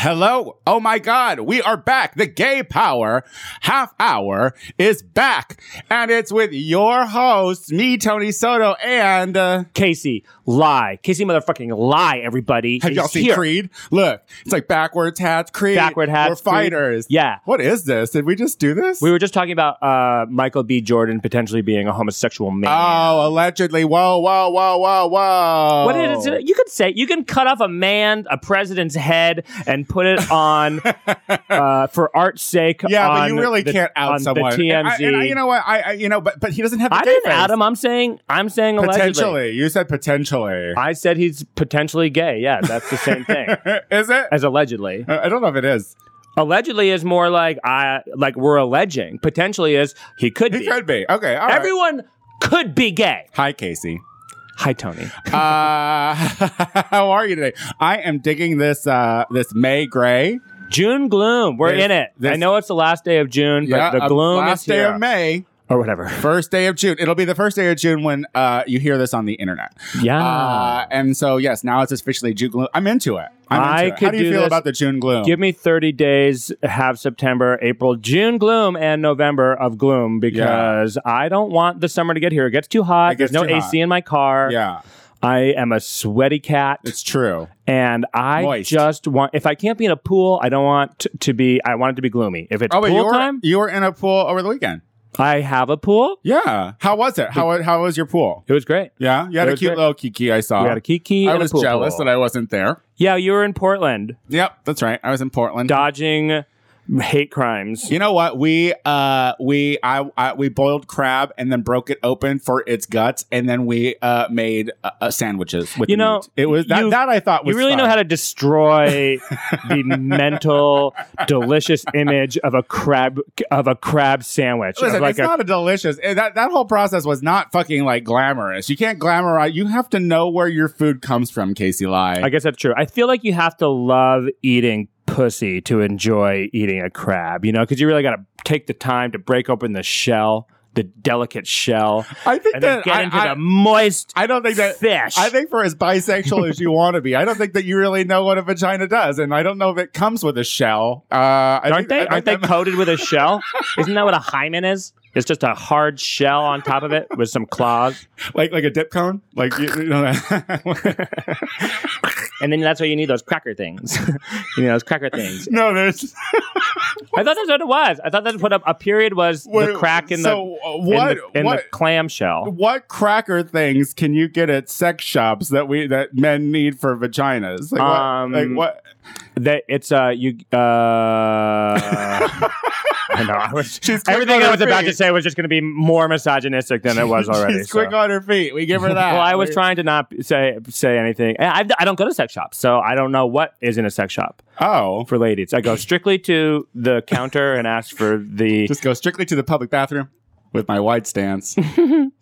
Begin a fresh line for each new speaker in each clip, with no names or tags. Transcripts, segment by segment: Hello. Oh my God. We are back. The gay power half hour is back. And it's with your host, me, Tony Soto, and uh,
Casey, lie. Casey, motherfucking lie, everybody.
have y'all
is
seen
here.
Creed? Look, it's like backwards hats, Creed.
Backward hats,
We're
Creed.
fighters.
Yeah.
What is this? Did we just do this?
We were just talking about uh, Michael B. Jordan potentially being a homosexual man.
oh, allegedly. Whoa, whoa, whoa, whoa, whoa.
What it is it? You could say you can cut off a man, a president's head, and put it on uh, for art's sake.
Yeah, but
on
you really
the-
can't out
on
someone.
The
And I-
TMZ.
and I- you know what? I, I you know, but but he doesn't have. The
I
gay
didn't
face.
Adam. I'm saying I'm saying allegedly.
Potentially, you said potentially.
I said he's potentially gay. Yeah, that's the same thing
is it?
as allegedly.
I I don't know if it is.
Allegedly is more like I like we're alleging. Potentially is he could
He
be.
could be. Okay. all right.
Everyone could be gay.
Hi, Casey.
Hi, Tony.
Uh, how are you today? I am digging this uh, this May gray.
June gloom. We're
This-
in it.
this-
I know it's the last day of June,
Yeah,
but the
uh,
gloom
last
is here.
day of May,
Or whatever.
first day of June. It'll be the first day of June when uh, you hear this on the internet.
Yeah.
Uh, and so yes, now it's officially June gloom. I'm into it. I'm into
Ah. I
it. How
could
do you
do
feel
this-
about the June gloom?
Give me 30 days, have September, April, June gloom, and November of gloom because I don't want the summer to get here. It gets too hot.
It gets
There's no
too
AC
hot.
in my car.
yeah,
I am a sweaty cat.
it's true.
and I
Moist.
just want, if I can't be in a pool, I don't want t- to be, I want it to be gloomy. If it's
Oh wait, you
pool
were
time,
you were in a pool over the weekend.
I have a pool.
Yeah. How was it? How how was your pool?
It was great.
Yeah, you had
It
a
was
cute
great.
little kiki I saw.
we had a kiki.
Uh, I
and
was
a pool
jealous
pool.
that I Mm-hmm. wasn't there.
Yeah, you were in Portland
Yep, that's right. I was in Portland.
dodging hate crimes.
You know what? We uh we I, I we boiled crab and then broke it open for its guts and then we uh made uh, uh, sandwiches with
You
the
know,
meat. It was that,
you-
that I thought was
You really know how to destroy the mental delicious image of a crab of a crab sandwich. of
Listen,
like
it's
a-
not a delicious. eh, That that whole process was not fucking like glamorous. You can't glamorize. You have to know where your food comes from, Casey Lai.
I guess that's true. I feel like you have to love eating pussy to enjoy eating a crab, you know, because you really got to take the time to break open the shell, the delicate shell,
I think
and then
that
get
I,
into
I,
the moist
I don't think that
fish.
I think for as bisexual as you want to be, I don't think that you really know what a vagina does, and I don't know if it comes with a shell. Uh, I
aren't
think- I
they?
think
Aren't they
that-
coated with a shell? Isn't that what a hymen is? It's just a hard shell on top of it with some claws,
like like a dip cone? Like you, you know
and then that's why you need those cracker things. you know those cracker things.
no, there's
I thought that's what it was. I thought that's what a, a period was. the
wait,
crack in
so uh,
the
what
in the, in
what
the clamshell.
what cracker things can you get at sex shops that we that men need for vaginas? Like what?
Um,
like what?
That it's uh you uh. I know. I was,
She's quick
everything
on
I
her
was about
feet.
to say was just going to be more misogynistic than it was already.
She's
so.
quick on her feet. We give her that.
well, I was
We-
trying to not say say anything. And I, I don't go to sex shops, so I don't know what is in a sex shop
Oh,
for ladies. I go strictly to the counter and ask for the.
just go strictly to the public bathroom with my wide stance.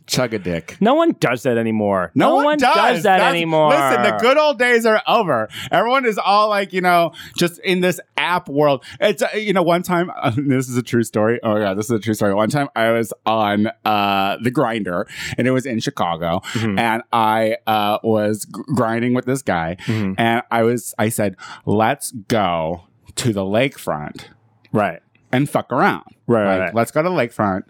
Chug a dick.
No one does that anymore. No, one, does, that
That's-
anymore.
Listen, the good old days are over. Everyone is all like, you know, just in this app world. It's uh, you know, one time this is a true story. Oh yeah, this is a true story. One time I was on uh the grinder, and it was in Chicago,
Mhm.
and I uh was gr- grinding with this guy,
Mhm.
and I was I said, let's go to the lakefront
Right.
and fuck around.
Right, right,
Like,
right.
Let's go to the lakefront.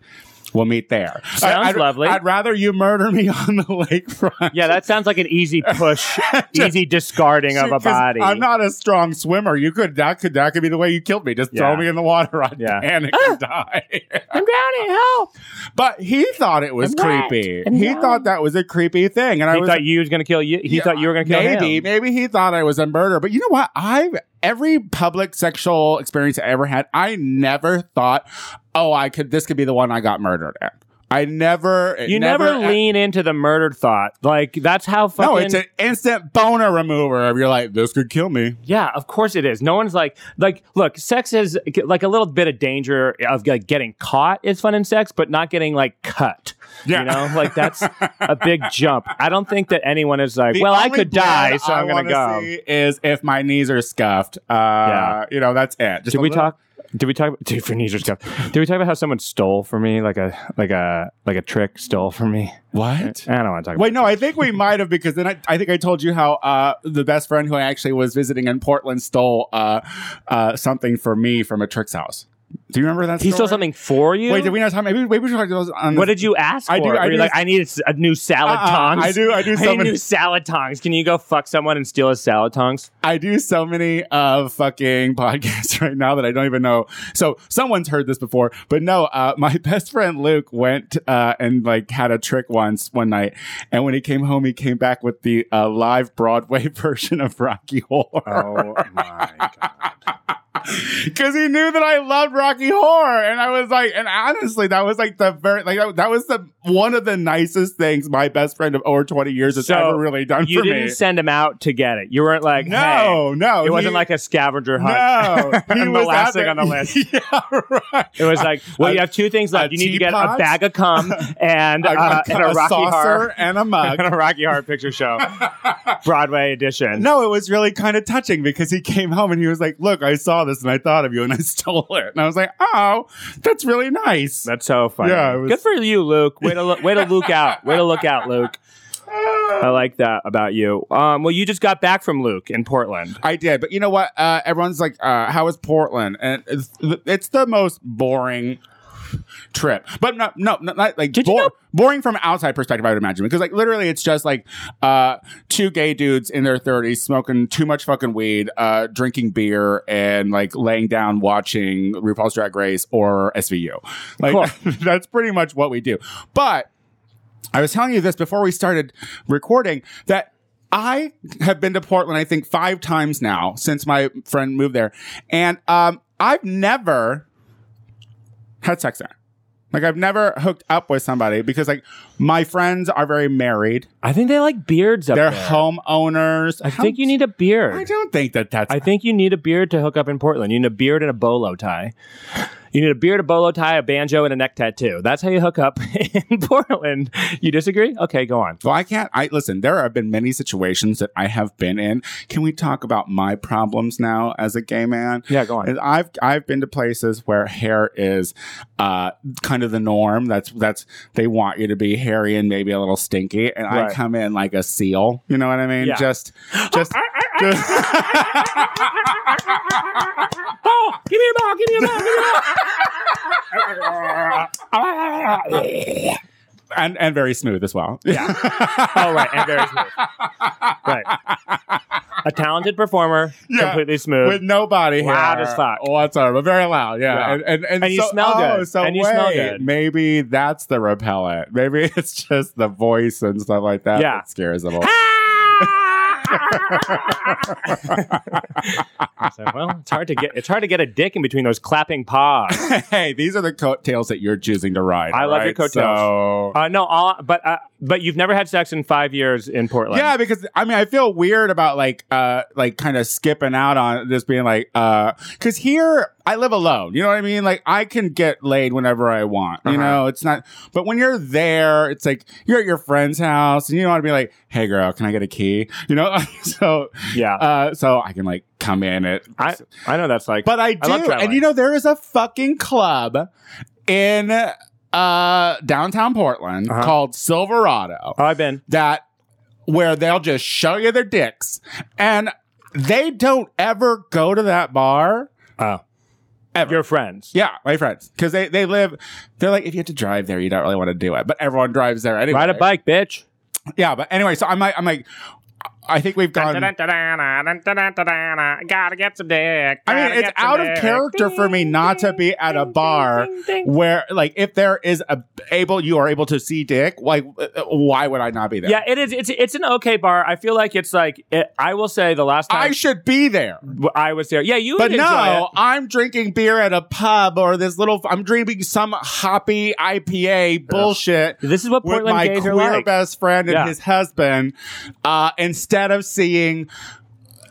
We'll meet there. I-
Sounds
I'd-
lovely.
I'd rather you murder me on the lakefront.
Yeah, that sounds like an easy push,
Just-
easy discarding of a
'Cause
body.
I'm not a strong swimmer. You could that could that could be the way you killed me. Just throw
Yeah.
me in the water. I'd
Yeah.
panic and
Ah!
die.
I'm drowning. Help!
but he thought it was
I'm
creepy.
wet. I'm
He
drowned.
thought that was a creepy thing, and I
He
was
thought you was gonna kill you. He
Yeah,
thought you were gonna kill
maybe
him.
maybe he thought I was a murderer. But you know what? I've every public sexual experience I ever had, I never thought, oh, I could this could be the one I got murdered at. I never it
You never,
I-
lean into the murdered thought. Like that's how fucking.
no, it's an instant boner remover. You're like, this could kill me.
yeah, of course it is. No one's like like look. Sex is like a little bit of danger of like, getting caught is fun in sex, but not getting like cut.
Yeah.
You know, like that's a big jump. I don't think that anyone is like,
The
well, I
only
could
blood
die, so
I
I'm gonna
wanna
go.
see is if my knees are scuffed. Uh,
Yeah.
You know, that's it. Just
Did
a
we
little-
talk? Did we talk? Dude, for New Year's Cup. Did we talk about how someone stole from me, like a like a like a trick stole from me?
What?
I don't want to talk.
Wait, no, I think we might have because then I, I think I told you how uh, the best friend who I actually was visiting in Portland stole uh, uh, something for me from a trick's house. Do you remember that?
about He
story?
stole something for you.
Wait, did we not talk? Maybe, maybe we should talk about this on
What
this-
did you ask for?
I do- I
Were you
do-
like, I need a new salad
Uh-uh,
tongs.
I do. I do.
I
So
need new
many.
salad tongs. Can you go fuck someone and steal his salad tongs?
I do so many uh, fucking podcasts right now that I don't even know. So someone's heard this before, but no. Uh, my best friend Luke went uh, and like had a trick once one night, and when he came home, he came back with the uh, live Broadway version of Rocky Horror.
Oh my god.
Because he knew that I loved Rocky Horror, and I was like, and honestly, that was like the very like that- that was the one of the nicest things my best friend of over twenty years has
So,
ever really done
You
for
didn't
me.
send him out to get it. You weren't like, hey,
no, no,
It wasn't
he-
like a scavenger hunt.
No,
I'm the
was
last
out
thing
there-
on the list. Uh,
yeah, right.
It was like, well, you have two things
a
left. You need to get a
teapot?
bag of cum and,
A-
uh,
a,
and a
a
Rocky
saucer
Horror
and a mug.
and a Rocky Horror Picture Show Broadway edition.
No, it was really kind of touching because he came home and he was like, "Look, I saw this and I thought of you and I stole it." And I was like, "Oh, that's really nice."
That's so funny.
Yeah, it was-
good for you, Luke. Way to look, way to look out. Way to look out, Luke.
Ah.
I like that about you. Um, well, you just got back from Luke in Portland.
I did, but you know what? Uh, everyone's like, uh, "How is Portland?" And it's, it's the most boring trip. But no, no, no not like
Did you
bor-
know-
boring from outside perspective. I would imagine because like literally, it's just like uh, two gay dudes in their thirties smoking too much fucking weed, uh, drinking beer, and like laying down watching RuPaul's Drag Race or SVU. Like that's pretty much what we do. But I was telling you this before we started recording that I have been to Portland, I think, five times now since my friend moved there. And um, I've never had sex there. Like, I've never hooked up with somebody because, like, my friends are very married.
I think they like beards up
They're
there.
homeowners.
I think you need a beard.
I don't think that that's.
I think you need a beard to hook up in Portland. You need a beard and a bolo tie. You need a beard, a bolo tie, a banjo, and a neck tattoo. That's how you hook up in Portland. You disagree? Okay, go on.
well, I can't. I listen. There have been many situations that I have been in. Can we talk about my problems now as a gay man?
Yeah, go on.
And I've I've been to places where hair is uh, kind of the norm. That's that's they want you to be hairy and maybe a little stinky, and
Right.
I come in like a seal. You know what I mean?
Yeah.
Just just. just
Ball! Oh, Give me a ball! Give me a ball! Give me a
and and very smooth as well.
ball! Oh, right. And very smooth. Right. A talented performer,
Yeah.
completely smooth.
With no body
Loud
hair
as fuck.
whatsoever, very loud, yeah.
Yeah.
And, and, and,
And you
so-
smell
oh,
good.
So
And you smell
wait,
good.
Maybe that's the repellent. Maybe it's just the voice and stuff like that.
Yeah.
that scares them. all.
So, well, it's hard to get it's hard to get a dick in between those clapping paws.
hey, these are the coattails that you're choosing to ride.
I love your
alright?
coattails.
So-
Uh, no, all, but uh, but you've never had sex in five years in Portland.
yeah, because I mean, I feel weird about like, uh, like kind of skipping out on just being like, uh, because here I live alone. You know what I mean? Like, I can get laid whenever I want. You
Uh-huh.
know, it's not. But when you're there, it's like you're at your friend's house, and you don't want to be like, "Hey, girl, can I get a key?" You know. so,
yeah.
uh, so I can like come in at
I I know that's like.
But I do.
love traveling.
and you know, there is a fucking club in uh downtown Portland
Uh-huh.
called Silverado
oh, I've been.
that where they'll just show you their dicks. And they don't ever go to that bar.
Oh,
Ever.
your friends.
Yeah, my friends. Because they, they live, they're like, if you have to drive there, you don't really want to do it. But everyone drives there anyway.
Ride a bike, bitch.
Yeah, but anyway, so I'm like, I'm like, I think we've gone.
Gotta get some dick.
I mean, it's out of character for me not to be at a bar where, like, if there is a able, you are able to see dick. Like, uh, why would I not be there?
Yeah, it is. It's it's an okay bar. I feel like it's like it, I will say the last
I
time
should be there.
I, was there. Yeah, you
But
would enjoy
no, I'm drinking beer at a pub or this little. I'm drinking some hoppy IPA bullshit.
it. This is what
With
Portland
my
gays
queer
are like.
best friend and
Yeah.
his husband, uh, instead of seeing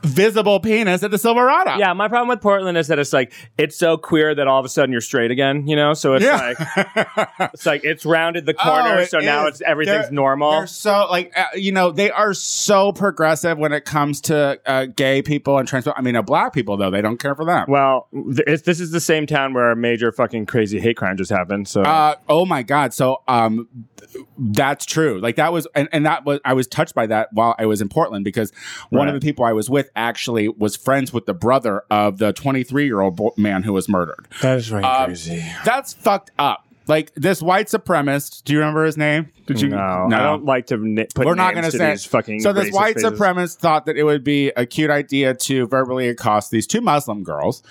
visible penis at the Silverado.
Yeah, my problem with Portland is that it's like it's so queer that all of a sudden you're straight again. You know, so it's
Yeah.
like it's like it's rounded the corner,
Oh, it
so now
is.
it's everything's
They're-
normal.
They're so like uh, you know they are so progressive when it comes to uh, gay people and trans. people. I mean, uh, black people though they don't care for them.
Well, th- it's, this is the same town where a major fucking crazy hate crime just happened. So
Uh, oh my god! So um, th- that's true. Like that was, and, and that was I was touched by that while I was in Portland because one of
Right.
the people I was with actually was friends with the brother of the 23 year old bo- man who was murdered.
that is really
um, crazy. That's fucked up. Like this white supremacist. Do you remember his name? Did you?
No, I don't like to ni- put.
We're not
names
gonna
to
say-
these fucking.
So this
racist
white
faces.
supremacist thought that it would be a cute idea to verbally accost these two Muslim girls,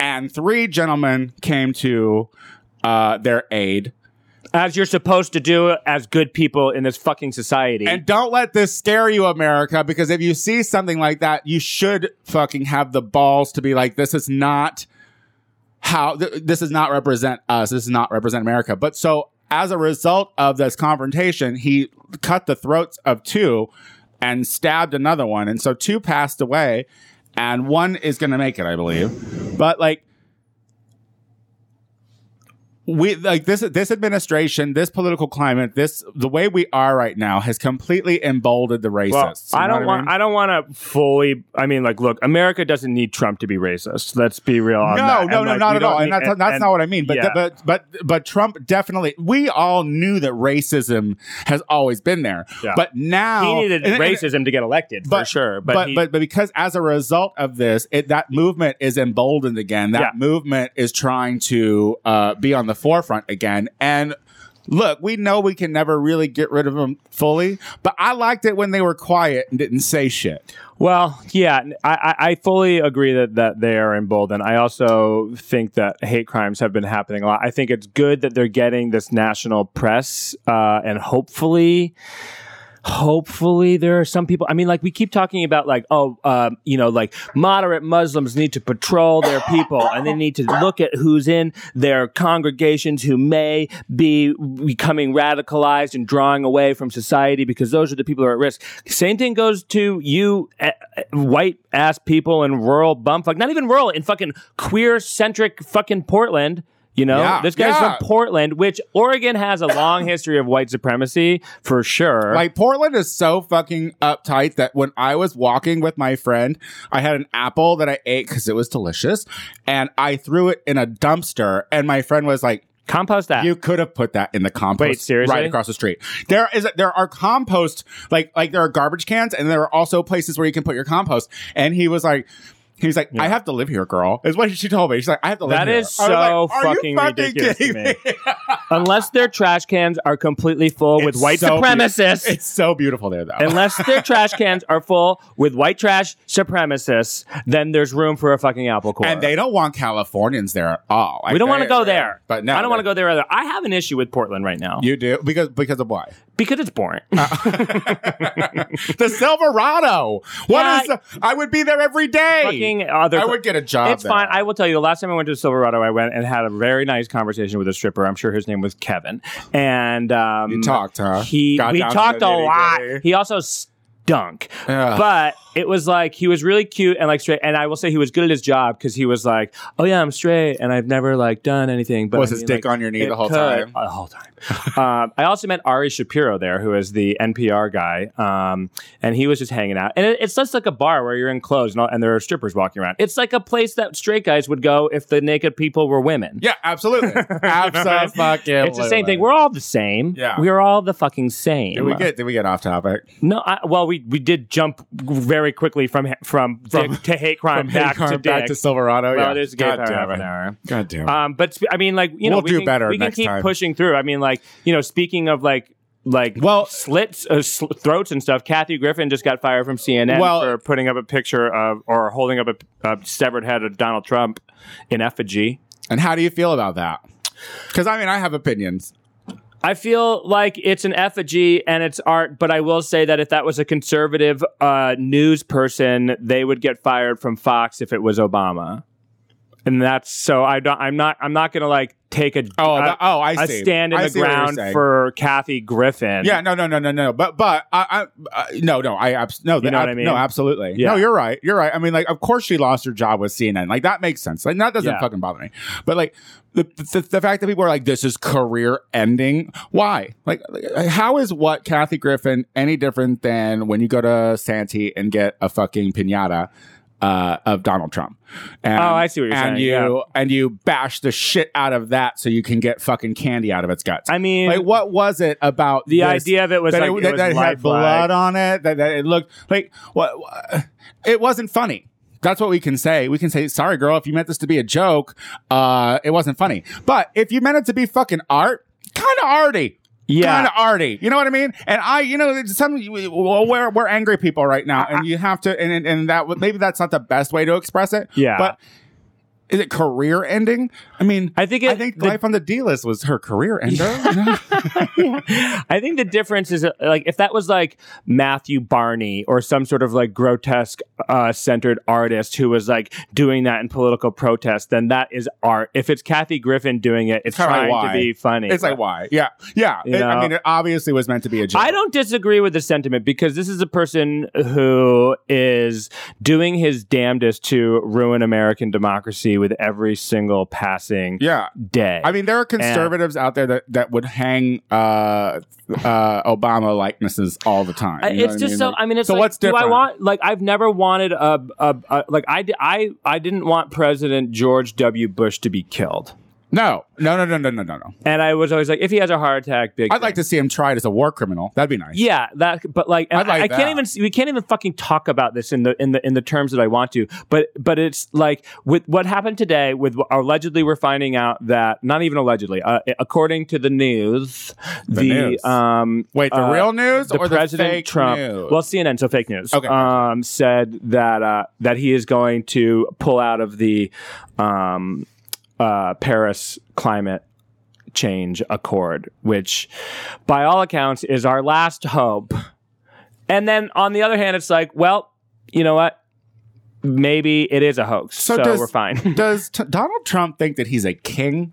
and three gentlemen came to uh, their aid.
as you're supposed to do as good people in this fucking society.
And don't let this scare you, America, because if you see something like that, you should fucking have the balls to be like, this is not how th- this does not represent us. This does not represent America. But so as a result of this confrontation, he cut the throats of two and stabbed another one. And so two passed away and one is going to make it, I believe. But like, we like this this administration, this political climate, this the way we are right now has completely emboldened the racists. You
well,
know
I
what
don't want. I, don't want to fully. I mean, like, look, America doesn't need Trump to be racist. Let's be real. on
No,
that.
no,
And,
no, not
like, we
at
don't
all. And
need-
that's, that's not what I mean. But,
yeah.
but but but Trump definitely. We all knew that racism has always been there,
Yeah.
but now
he needed
and- and-
racism to get elected for
But-
sure.
But
But
but,
he-
but because as a result of this, it that movement is emboldened again. That
Yeah.
movement is trying to uh, be on the forefront again. And look, we know we can never really get rid of them fully, but I liked it when they were quiet and didn't say shit.
Well, yeah, I, I I fully agree that, that they are emboldened. I also think that hate crimes have been happening a lot. I think it's good that they're getting this national press, uh, and hopefully, hopefully there are some people. I mean, like we keep talking about, like oh, um, you know, like moderate Muslims need to patrol their people, and they need to look at who's in their congregations who may be becoming radicalized and drawing away from society because those are the people who are at risk. Same thing goes to you, eh, eh, white ass people in rural bumfuck, not even rural, in fucking queer centric fucking Portland. You know,
Yeah,
this guy's
yeah.
from Portland, which Oregon has a long history of white supremacy for sure.
Like Portland is so fucking uptight that when I was walking with my friend, I had an apple that I ate because it was delicious, and I threw it in a dumpster, and my friend was like.
Compost that.
You could have put that in the compost
Wait, seriously?
right across the street. There is there are compost like like there are garbage cans and there are also places where you can put your compost. And he was like he was like, I have to live here, girl. Is what she told me. She's like, I have to live
That
here.
is
I was
so
"Are you
fucking ridiculous to
kidding
me." Unless their trash cans are completely full with
It's
white
so beautiful.
supremacists.
It's so beautiful there though.
Unless their trash cans are full with white trash supremacists, then there's room for a fucking apple core.
and they don't want Californians there at all. Like,
we don't want
they-
to go there.
But no,
I don't want to go there either. I have an issue with Portland right now
You do because because of why?
because it's boring.
The Silverado. What
Yeah.
is? the- I would be there every day.
fucking other.
I would get a job.
it's
there.
fine. I will tell you. The last time I went to Silverado, I went and had a very nice conversation with a stripper. I'm sure his name was Kevin. And um,
You talked, huh?
He
Got
we
down to
talked
the
a lot.
nitty-gritty.
He also stunk,
Ugh.
but it was like he was really cute and like straight. And I will say he was good at his job because he was like, "Oh yeah, I'm straight and I've never like done anything." But
was
I
his
mean,
dick
like,
on your knee
it
the whole
could-
time?
uh, The whole time. um, I also met Ari Shapiro there, who is the NPR guy, um, and he was just hanging out. And it, it's just like a bar where you're in clothes and, all, and there are strippers walking around. It's like a place that straight guys would go if the naked people were women.
Yeah, absolutely. absolutely.
It's the same thing. We're all the same.
Yeah.
We're all the fucking same.
Did we get did we get off topic?
No, I, well, we we did jump very quickly from ha- from,
From-
dick to hate crime
From
back
Hagar
to dick.
back to Silverado.
well,
yeah.
there's gay
God
power half an
damn it.
hour.
God damn it.
Um, but sp- I mean, like you know,
We'll
we
do
can,
better
We
next
can keep
time.
pushing through. I mean, like you know, speaking of like like
Well-
slits uh, sl- throats and stuff. Kathy Griffin just got fired from CNN
Well-
for putting up a picture of or holding up a, a severed head of Donald Trump in effigy.
and how do you feel about that? Because I mean, I have opinions.
I feel like it's an effigy and it's art, but I will say that if that was a conservative uh, news person, they would get fired from Fox if it was Obama. and that's so I don't. I'm not. I'm not gonna like take a
Oh,
a-
the- oh, I
a
see.
stand in
I
the
see what you're
ground
saying.
for Kathy Griffin.
Yeah, no, no, no, no, no. But but I, I uh, no, no, I abs- no,
You know
ab-
what I mean?
no, absolutely.
Yeah.
No, you're right. You're right. I mean, like, of course she lost her job with CNN. Like that makes sense. Like that doesn't
Yeah.
fucking bother me. But like the, the the fact that people are like, this is career ending. Why? Like, like, how is what Kathy Griffin any different than when you go to Santee and get a fucking pinata? Uh, of Donald Trump. And,
Oh, I see what you're
and
saying,
you and you bash the shit out of that so you can get fucking candy out of its guts.
I mean,
like, what was it about
the
this-
idea of it was
that,
like
it,
it,
that,
was
that
light
had blood on it. That, that it looked like what? wha- It wasn't funny. That's what we can say. We can say, "Sorry, girl, if you meant this to be a joke, uh, it wasn't funny." But if you meant it to be fucking art, kind of arty.
Yeah.
kind of arty. You know what I mean? And I, you know, it's some well, we're we're angry people right now, and you have to, and and- and that would- maybe that's not the best way to express it.
Yeah.
but is it career ending? I mean,
I think it,
I think
the
life on the D list was her career ender. you know?
I think the difference is uh, like if that was like Matthew Barney or some sort of like grotesque uh, centered artist who was like doing that in political protest, then that is art. If it's Kathy Griffin doing it, it's
Kinda like
trying
why?
to be funny.
It's like why? Yeah, yeah.
You
It- I
know?
mean, it obviously was meant to be a joke.
I don't disagree with the sentiment because this is a person who is doing his damnedest to ruin American democracy with every single passing
yeah,
day.
I mean, there are conservatives out there that that would hang uh, uh, Obama likenesses all the time.
I-
You know
it's
what I
just
mean?
so.
Like,
I mean, it's
so
like,
what's
do I
different?
want like I've never wanted a, a, a like I, di- I I didn't want President George W. Bush to be killed,
no, no, no, no, no, no, no, no.
and I was always like, if he has a heart attack, big.
I'd like
thing.
to see him tried as a war criminal. That'd be nice.
Yeah, that. But like, and
I'd like
I, I
that.
can't even. see- We can't even fucking talk about this in the in the in the terms that I want to. But but it's like with what happened today. With allegedly, we're finding out that not even allegedly, uh, according to the news, the,
news.
um
Wait, the
uh,
real news
the
or
president
the fake
Trump,
news?
well, CNN, so fake news,
Okay.
um, said that uh, that he is going to pull out of the um, uh, Paris climate change accord, which, by all accounts, is our last hope. And then on the other hand, it's like, well, you know what? Maybe it is a hoax,
So
so,
does-
we're fine.
does t- Donald Trump think that he's a king?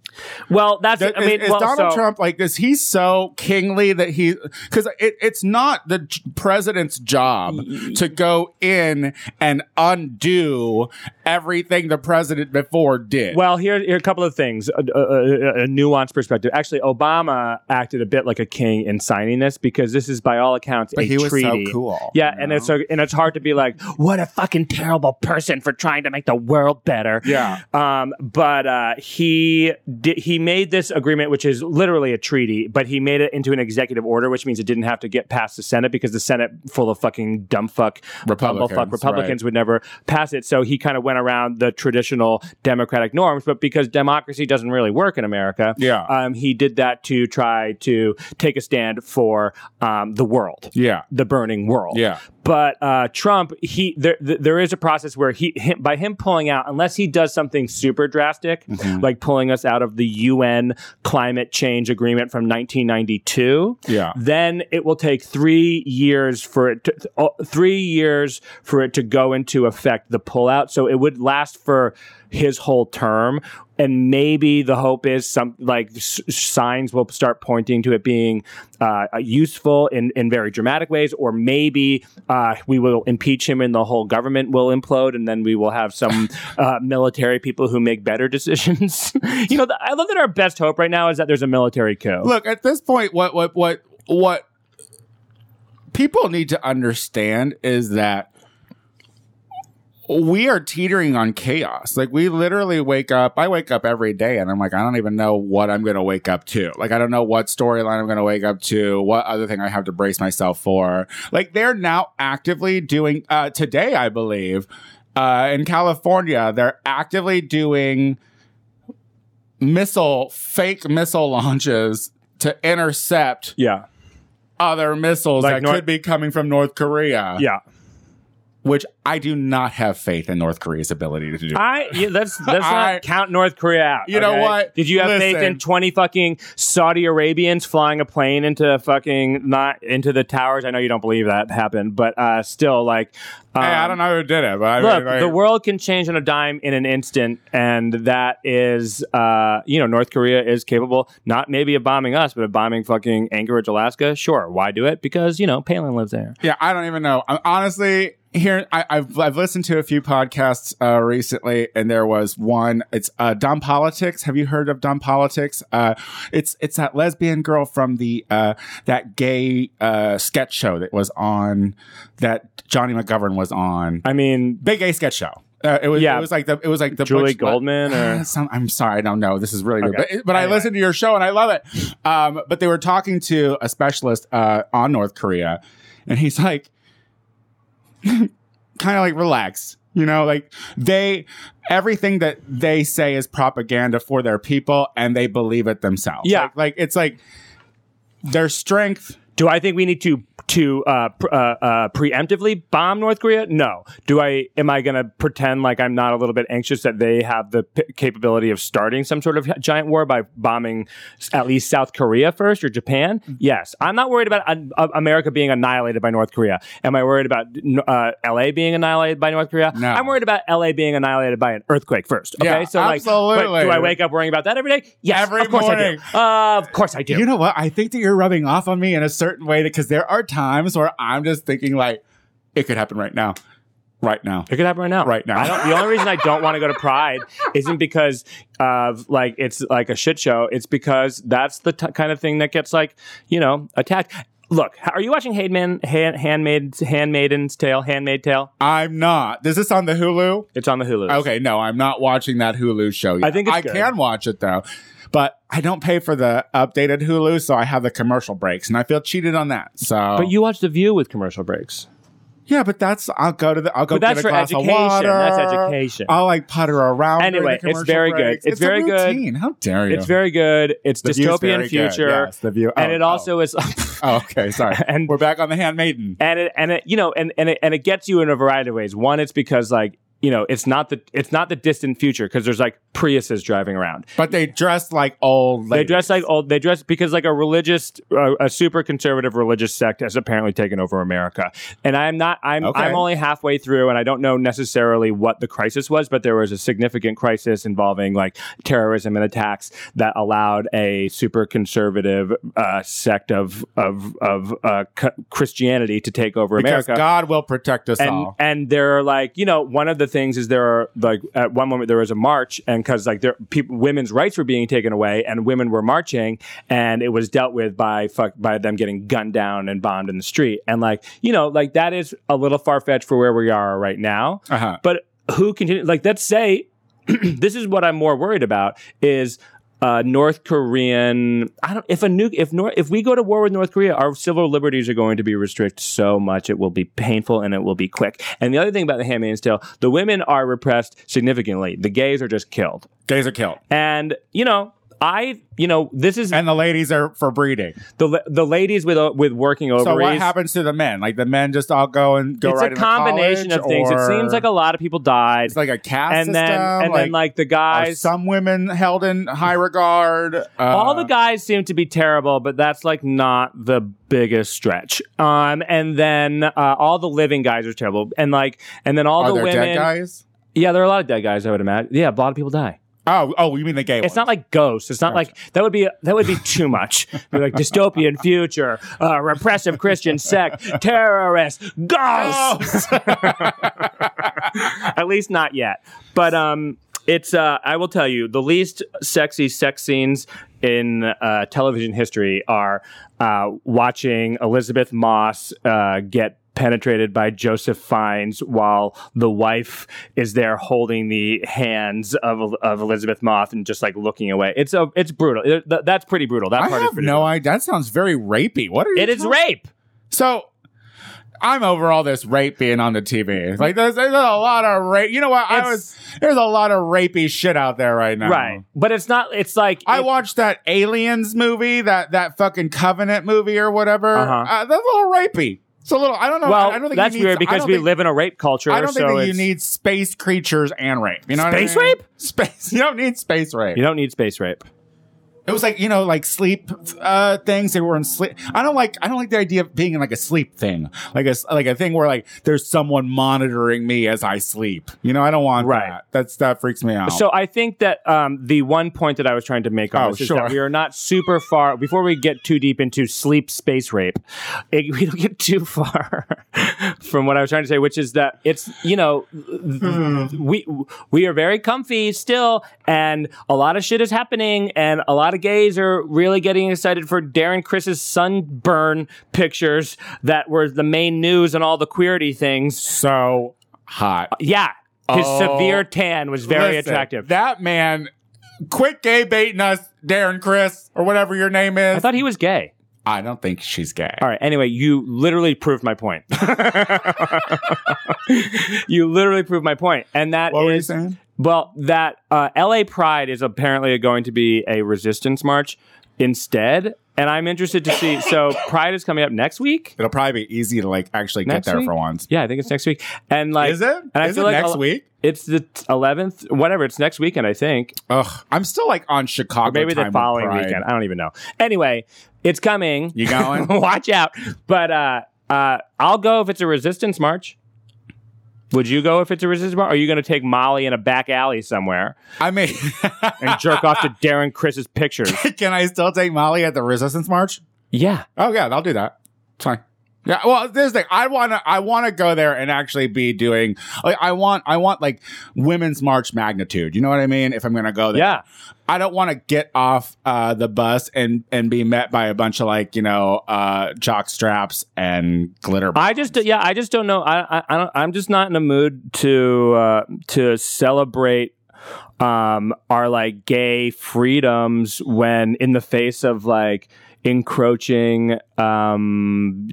well, that's
Th-
I mean,
is, is
well,
Donald
so-
Trump like this? He's so kingly that he because it, it's not the j- president's job
Mm.
to go in and undo everything the president before did.
Well, here, here are a couple of things, a, a- a- a nuanced perspective. Actually, Obama acted a bit like a king in signing this because this is, by all accounts,
but
a
he was
treaty.
so cool.
Yeah,
you
and
know?
it's so, and it's hard to be like, what a fucking terrible person for trying to make the world better.
yeah.
Um, but uh, he did, he made this agreement, which is literally a treaty, but he made it into an executive order, which means it didn't have to get past the Senate because the Senate, full of fucking dumb fuck
Republicans,
bumblefuck Republicans, would never pass it. So he kind of went around the traditional democratic norms, but because democracy doesn't really work in America,
Yeah.
um, he did that to try to take a stand for um, the world
Yeah.
the burning world.
Yeah.
But uh, Trump, he there th- there is a process where he him, by him pulling out, unless he does something super drastic, like pulling us out of the UN climate change agreement from 1992.
Yeah.
Then it will take three years for it to, th- oh, three years for it to go into effect the pullout. So it would last for his whole term, and maybe the hope is some like s- signs will start pointing to it being uh, uh, useful in in very dramatic ways, or maybe uh, we will impeach him and the whole government will implode, and then we will have some uh, military people who make better decisions. you know, the, I love that our best hope right now is that there's a military coup.
Look, at this point, what what what what people need to understand is that we are teetering on chaos. Like we literally wake up. I wake up every day and I'm like, I don't even know what I'm gonna wake up to. Like I don't know what storyline I'm gonna wake up to, what other thing I have to brace myself for. Like they're now actively doing uh today, I believe, uh in California, they're actively doing missile fake missile launches to intercept
yeah,
other missiles
Like
that
Nor-
could be coming from North Korea.
yeah.
which I do not have faith in North Korea's ability to do.
I yeah, let's let's
I-
not count North Korea out.
You know
okay?
what?
Did you have faith
Listen.
in twenty fucking Saudi Arabians flying a plane into fucking not into the towers? I know you don't believe that happened, but uh, still, like, um,
hey, I don't know who did it, but I mean,
Look,
like,
the world can change on a dime in an instant, and that is, uh, you know, North Korea is capable not maybe of bombing us, but of bombing fucking Anchorage, Alaska. Sure, why do it? Because you know Palin lives there.
Yeah, I don't even know. i honestly here. I, I've I've listened to a few podcasts uh, recently, and there was one. It's uh, Dumb Politics. Have you heard of Dumb Politics? Uh, it's it's that lesbian girl from the uh, that gay uh, sketch show that was on that Johnny McGovern was on.
I mean,
Big gay sketch show. Uh, it was
Yeah.
it was like the it was like the
Julie
Butch-
Goldman or
Uh, Some, I'm sorry, I don't know. This is really
Okay.
weird. But, but I
Anyway.
listened to your show and I love it. Um, but they were talking to a specialist uh, on North Korea, and he's like, kind of like, relax. You know, like they, everything that they say is propaganda for their people and they believe it themselves.
Yeah.
Like, like it's like their strength.
Do I think we need to to uh, pr- uh, uh, preemptively bomb North Korea? No. Do I? Am I going to pretend like I'm not a little bit anxious that they have the p- capability of starting some sort of giant war by bombing s- at least South Korea first or Japan?
Mm.
Yes. I'm not worried about uh, America being annihilated by North Korea. Am I worried about uh, L.A. being annihilated by North Korea?
No.
I'm worried about L.A. being annihilated by an earthquake first. Okay.
Yeah,
so like,
absolutely.
But do I wake up worrying about that every day? Yes.
Every
of course
morning.
I do. Uh, of course I do.
You know what? I think that you're rubbing off on me in a certain way because there are times where I'm just thinking, like, it could happen right now. Right now.
It could happen right now.
Right now.
I don't, the only reason I don't want to go to Pride isn't because of like it's like a shit show. It's because that's the t- kind of thing that gets like you know attacked. Look, h- are you watching Handman, Han, Handmaid's, Handmaiden's Tale? Handmaid Tale.
I'm not. Is this on the Hulu?
It's on the Hulu.
Okay, no, I'm not watching that Hulu show yet.
I think it's
I
good.
can watch it though, but I don't pay for the updated Hulu, so I have the commercial breaks, and I feel cheated on that. So,
But you watch The View with commercial breaks.
yeah, but that's I'll go to the I'll go
But that's
get a
for
glass
education.
of water.
That's education.
I'll like putter around. during
Anyway,
the
it's
commercial
very good.
breaks.
It's
a
very good.
routine. How dare you?
It's very good. It's
The view's very
dystopian
good.
future,
Yes, the view,
and
oh,
it
oh.
also is.
Oh, okay, sorry.
and
We're back on the Handmaiden.
and it and it you know and and it, and it gets you in a variety of ways one it's because like you know it's not the it's not the distant future because there's like priuses driving around
But they dress like old
they
ladies.
dress like old they dress because like a religious uh, a super conservative religious sect has apparently taken over america and i'm not i'm
Okay.
i'm only halfway through and i don't know necessarily what the crisis was but there was a significant crisis involving like terrorism and attacks that allowed a super conservative uh, sect of of of uh, c- christianity to take over
because
america
God will protect us
and
all.
and there are like you know one of the things is there are like at one moment there was a march and because like there people women's rights were being taken away and women were marching and it was dealt with by fuck by them getting gunned down and bombed in the street and like you know like that is a little far fetched for where we are right now
Uh-huh.
but who continue like let's say this is what I'm more worried about is uh, North Korean. I don't if a nuke if North if we go to war with North Korea, our civil liberties are going to be restricted so much it will be painful and it will be quick. And the other thing about the Handmaid's Tale, the women are repressed significantly. The gays are just killed,
Gays are killed,
and you know. I, you know, this is
and the ladies are for breeding.
the la- the ladies with uh, with working ovaries.
So what happens to the men? Like the men just all go and go
it's
right
a
into
combination
college,
of things. It
or
seems like a lot of people died,
it's like a caste
and then
system,
and then like the
are
guys.
some women held in high regard. Uh,
All the guys seem to be terrible, but that's like not the biggest stretch. Um, and then uh, all the living guys are terrible, and like, and then all
are
the
there
women.
dead guys?
Yeah, there are a lot of dead guys. I would imagine. Yeah, a lot of people die.
Oh, oh, you mean the gay
It's not like ghosts. It's not like that would be that would be too much. Be like dystopian future, uh, repressive Christian sect, terrorists, ghosts. At least not yet. But um, it's uh, I will tell you the least sexy sex scenes in uh, television history are uh, watching Elizabeth Moss uh, get. Penetrated by Joseph Fiennes while the wife is there holding the hands of, of Elizabeth Moss and just like looking away. It's a it's brutal. It- th- that's pretty brutal. That
I
part
have
is pretty
no idea. That sounds very rapey. What are you?
brutal. It is
talking-
rape.
So. I'm over all this rape being on the TV. Like there's, there's a lot of rape. You know what? I
It's-
was there's a lot of rapey shit out there right now.
Right. But it's not it's like
I
it-
watched that Aliens movie, that that fucking Covenant movie or whatever.
Uh-huh.
Uh, that's a little rapey. So little. I don't know.
well,
I don't think
that's
you need,
weird
I
because
don't
we
think-
live in a rape culture.
I don't
so
think that you
it's-
need space creatures and rape. You know, what I
Space
mean?
rape?
Space. You don't need space rape.
You don't need space rape.
It was like you know, like sleep uh, things. They were in sleep. I don't like. I don't like the idea of being in like a sleep thing, like a s- like a thing where like there's someone monitoring me as I sleep. You know, I don't want
Right.
that. That's that freaks me out.
So I think that um, the one point that I was trying to make on
Oh,
this is
sure.
that we are not super far. Before we get too deep into sleep space rape, it, we don't get too far from what I was trying to say, which is that it's you know
Hmm.
we we are very comfy still, and a lot of shit is happening, and a lot of gays are really getting excited for Darren Chris's sunburn pictures that were the main news and all the queerity things.
so hot.
Yeah. His
Oh.
severe tan was very
Listen,
attractive.
That man, quit gay baiting us, Darren Chris or whatever your name is.
I
I,
thought he was gay.
don't think she's gay.
All right. Anyway, you literally proved my point. you literally proved my point, and that
What were you
is-
saying?
well, that uh, L.A. Pride is apparently going to be a resistance march instead, and I'm interested to see. So Pride is coming up next week.
It'll probably be easy to like actually
Next
get there
week?
for once.
Yeah, I think it's next week, and like
is it? Is
I
it
feel like
next
a-
week?
it's the t- 11th, whatever. It's next weekend, I think.
Ugh, I'm still like on Chicago.
Or maybe
time
the
with
following
Pride.
weekend. I don't even know. Anyway, it's coming.
You going?
Watch out. But uh, uh, I'll go if it's a resistance march. Would you go if it's a resistance march? Or are you going to take Molly in a back alley somewhere
I mean,
and jerk off to Darren Chris's pictures?
can I still take Molly at the Resistance March?
Yeah.
Oh yeah, I'll do that. It's fine. Yeah, well, this thing I wanna I wanna go there and actually be doing like I want I want like women's march magnitude. You know what I mean? If I'm gonna go there,
Yeah.
I don't want to get off uh, the bus and and be met by a bunch of like you know uh, jock straps and glitter.
I just yeah, I just don't know. I I, I don't, I'm just not in a mood to uh, to celebrate um our like gay freedoms when in the face of like encroaching um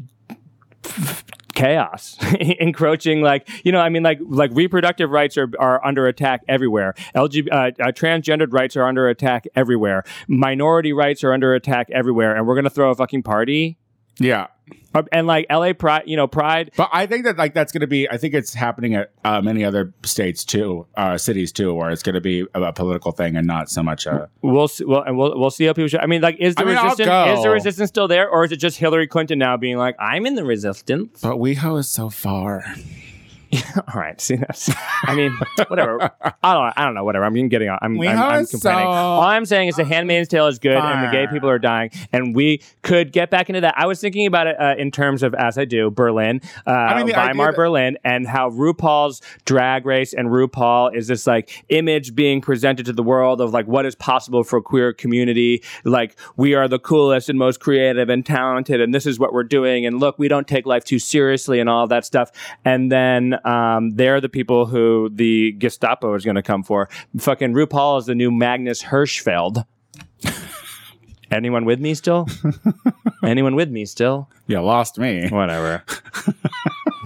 chaos encroaching like you know i mean like like reproductive rights are, are under attack everywhere lgb uh, uh, transgendered rights are under attack everywhere minority rights are under attack everywhere and we're gonna throw a fucking party
yeah,
uh, and like LA Pride, you know, Pride.
But I think that like that's going to be. I think it's happening at uh, many other states too, uh, cities too, where it's going to be a, a political thing and not so much a.
We'll see. Well, and we'll we'll see how people. Show. I mean, like, is the
I mean, I'll
resistance
go.
is the resistance still there, or is it just Hillary Clinton now being like, "I'm in the resistance"?
But WeHo is so far.
All right, see that's. I mean, whatever. I don't. I don't know. Whatever. I'm getting. on- I'm.
We
I'm, I'm
are
complaining.
so
All I'm saying is the Handmaid's Tale is good, and the gay
far.
people are dying, and we could get back into that. I was thinking about it uh, in terms of as I do Berlin, uh,
mean, the idea
Weimar
that-
Berlin, and how RuPaul's Drag Race and RuPaul is this like image being presented to the world of like what is possible for queer community. Like we are the coolest and most creative and talented, and this is what we're doing. And look, we don't take life too seriously, and all that stuff. And then um, they're the people who the Gestapo is going to come for. Fucking RuPaul is the new Magnus Hirschfeld. Anyone with me still? Anyone with me still?
You lost me.
Whatever.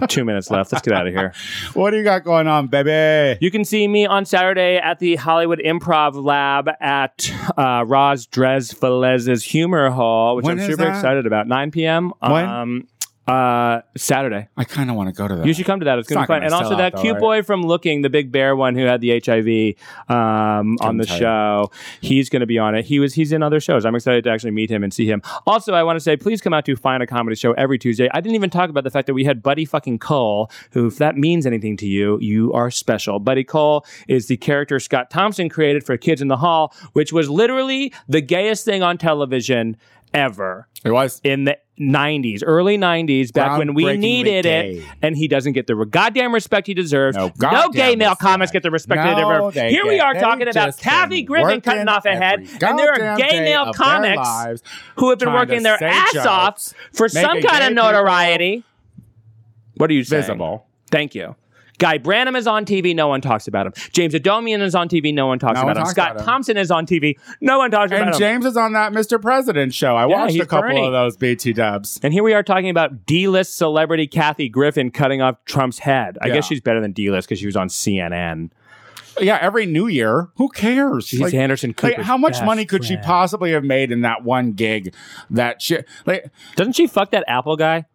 Two minutes left. Let's get out of here.
What do you got going on, baby?
You can see me on Saturday at the Hollywood Improv Lab at uh, Roz Dresfelez's Humor Hall, which
When
I'm
is
super
that?
excited about. 9 p.m.
When?
Um, uh, Saturday.
I kind of want to go to that.
You should come to that. It's,
It's
gonna be
not
fun.
gonna
And also
sell
that
out, though,
cute
right?
boy from Looking, the big bear one who had the HIV um, on the
tell you.
show. He's going to be on it. He was. He's in other shows. I'm excited to actually meet him and see him. Also, I want to say, please come out to Find a Comedy Show every Tuesday. I didn't even talk about the fact that we had Buddy fucking Cole, who, if that means anything to you, you are special. Buddy Cole is the character Scott Thompson created for Kids in the Hall, which was literally the gayest thing on television ever
it was.
in the 90s, early 90s, back when we
Groundbreakingly
needed
gay.
it, and he doesn't get the re- goddamn respect he deserves.
No
No,
goddamn
gay male
respect.
comics get the respect they
No,
deserve.
they
Here we
get-
are
they
talking about
just been
Kathy Griffin
working
cutting off a head,
every
and there are
goddamn
gay
day
male
of their
comics
lives
who have been
trying to
working their
say
ass
jokes,
off for some
making
kind of
gay people
notoriety. What are you saying?
Visible.
Thank you. Guy Branham is on TV. No one talks about him. James Adomian is on TV. No one talks
No
about
one
him.
talks
Scott
about him.
Thompson is on TV. No one talks about
And
him.
James is on that Mr. President show. I watched
he's
a couple
Bernie.
of those BT dubs.
And here we are talking about D-list celebrity Kathy Griffin cutting off Trump's head. I
Yeah.
guess she's better than D-list because she was on CNN.
Yeah, every New Year. Who cares?
She's
Like,
Anderson
like,
Cooper.
how much money could she
friend.
possibly have made in that one gig? That shit. Like,
Doesn't she fuck that Apple guy?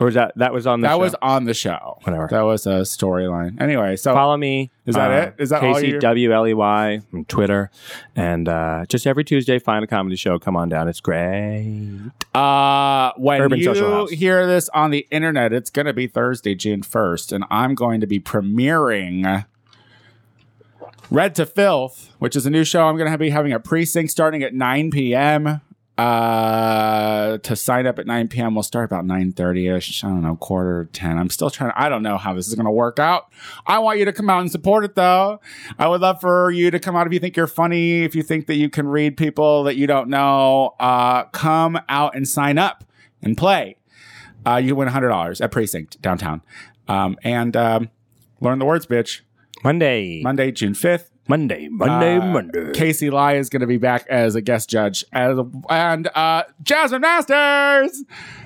Or is that that was on the
that
show?
was on the show.
whatever.
That was a storyline. Anyway, so
Follow me. uh,
Is that it? Is that all
Casey
your-
W L E Y from Twitter, and uh, just every Tuesday, find a comedy show. Come on down. It's great.
Uh, when
Urban
you
Social House.
hear this on the internet, it's going to be Thursday, June 1st, and I'm going to be premiering Red to Filth, which is a new show. I'm going to be having a precinct starting at 9 p.m. Uh, to sign up at 9 p.m. We'll start about 9:30 ish. I don't know, quarter to 10. I'm still trying. I don't know how this is going to work out. I want you to come out and support it though. I would love for you to come out if you think you're funny, if you think that you can read people that you don't know. Uh, come out and sign up and play. Uh, you win $100 at Precinct downtown. Um, and um, learn the words, bitch.
Monday,
Monday, June 5th.
Monday, Monday,
Uh,
Monday.
Casey Lai is going to be back as a guest judge, as and uh, Jasmine Masters,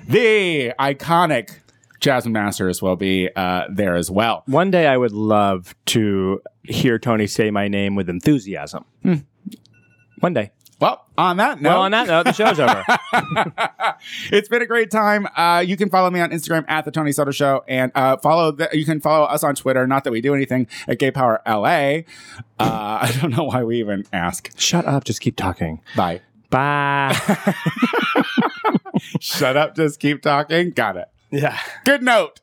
the iconic Jasmine Masters, will be uh, there as well.
One day, I would love to hear Tony say my name with enthusiasm.
Hmm.
One day.
Well, on that note,
Well, on that note, the show's over.
it's been a great time. Uh, you can follow me on Instagram at the Tony Soto Show, and uh, follow. The, you can follow us on Twitter. Not that we do anything at Gay Power LA. Uh, I don't know why we even ask.
Shut up. Just keep talking.
Bye.
Bye.
Shut up. Just keep talking. Got it.
yeah.
Good note.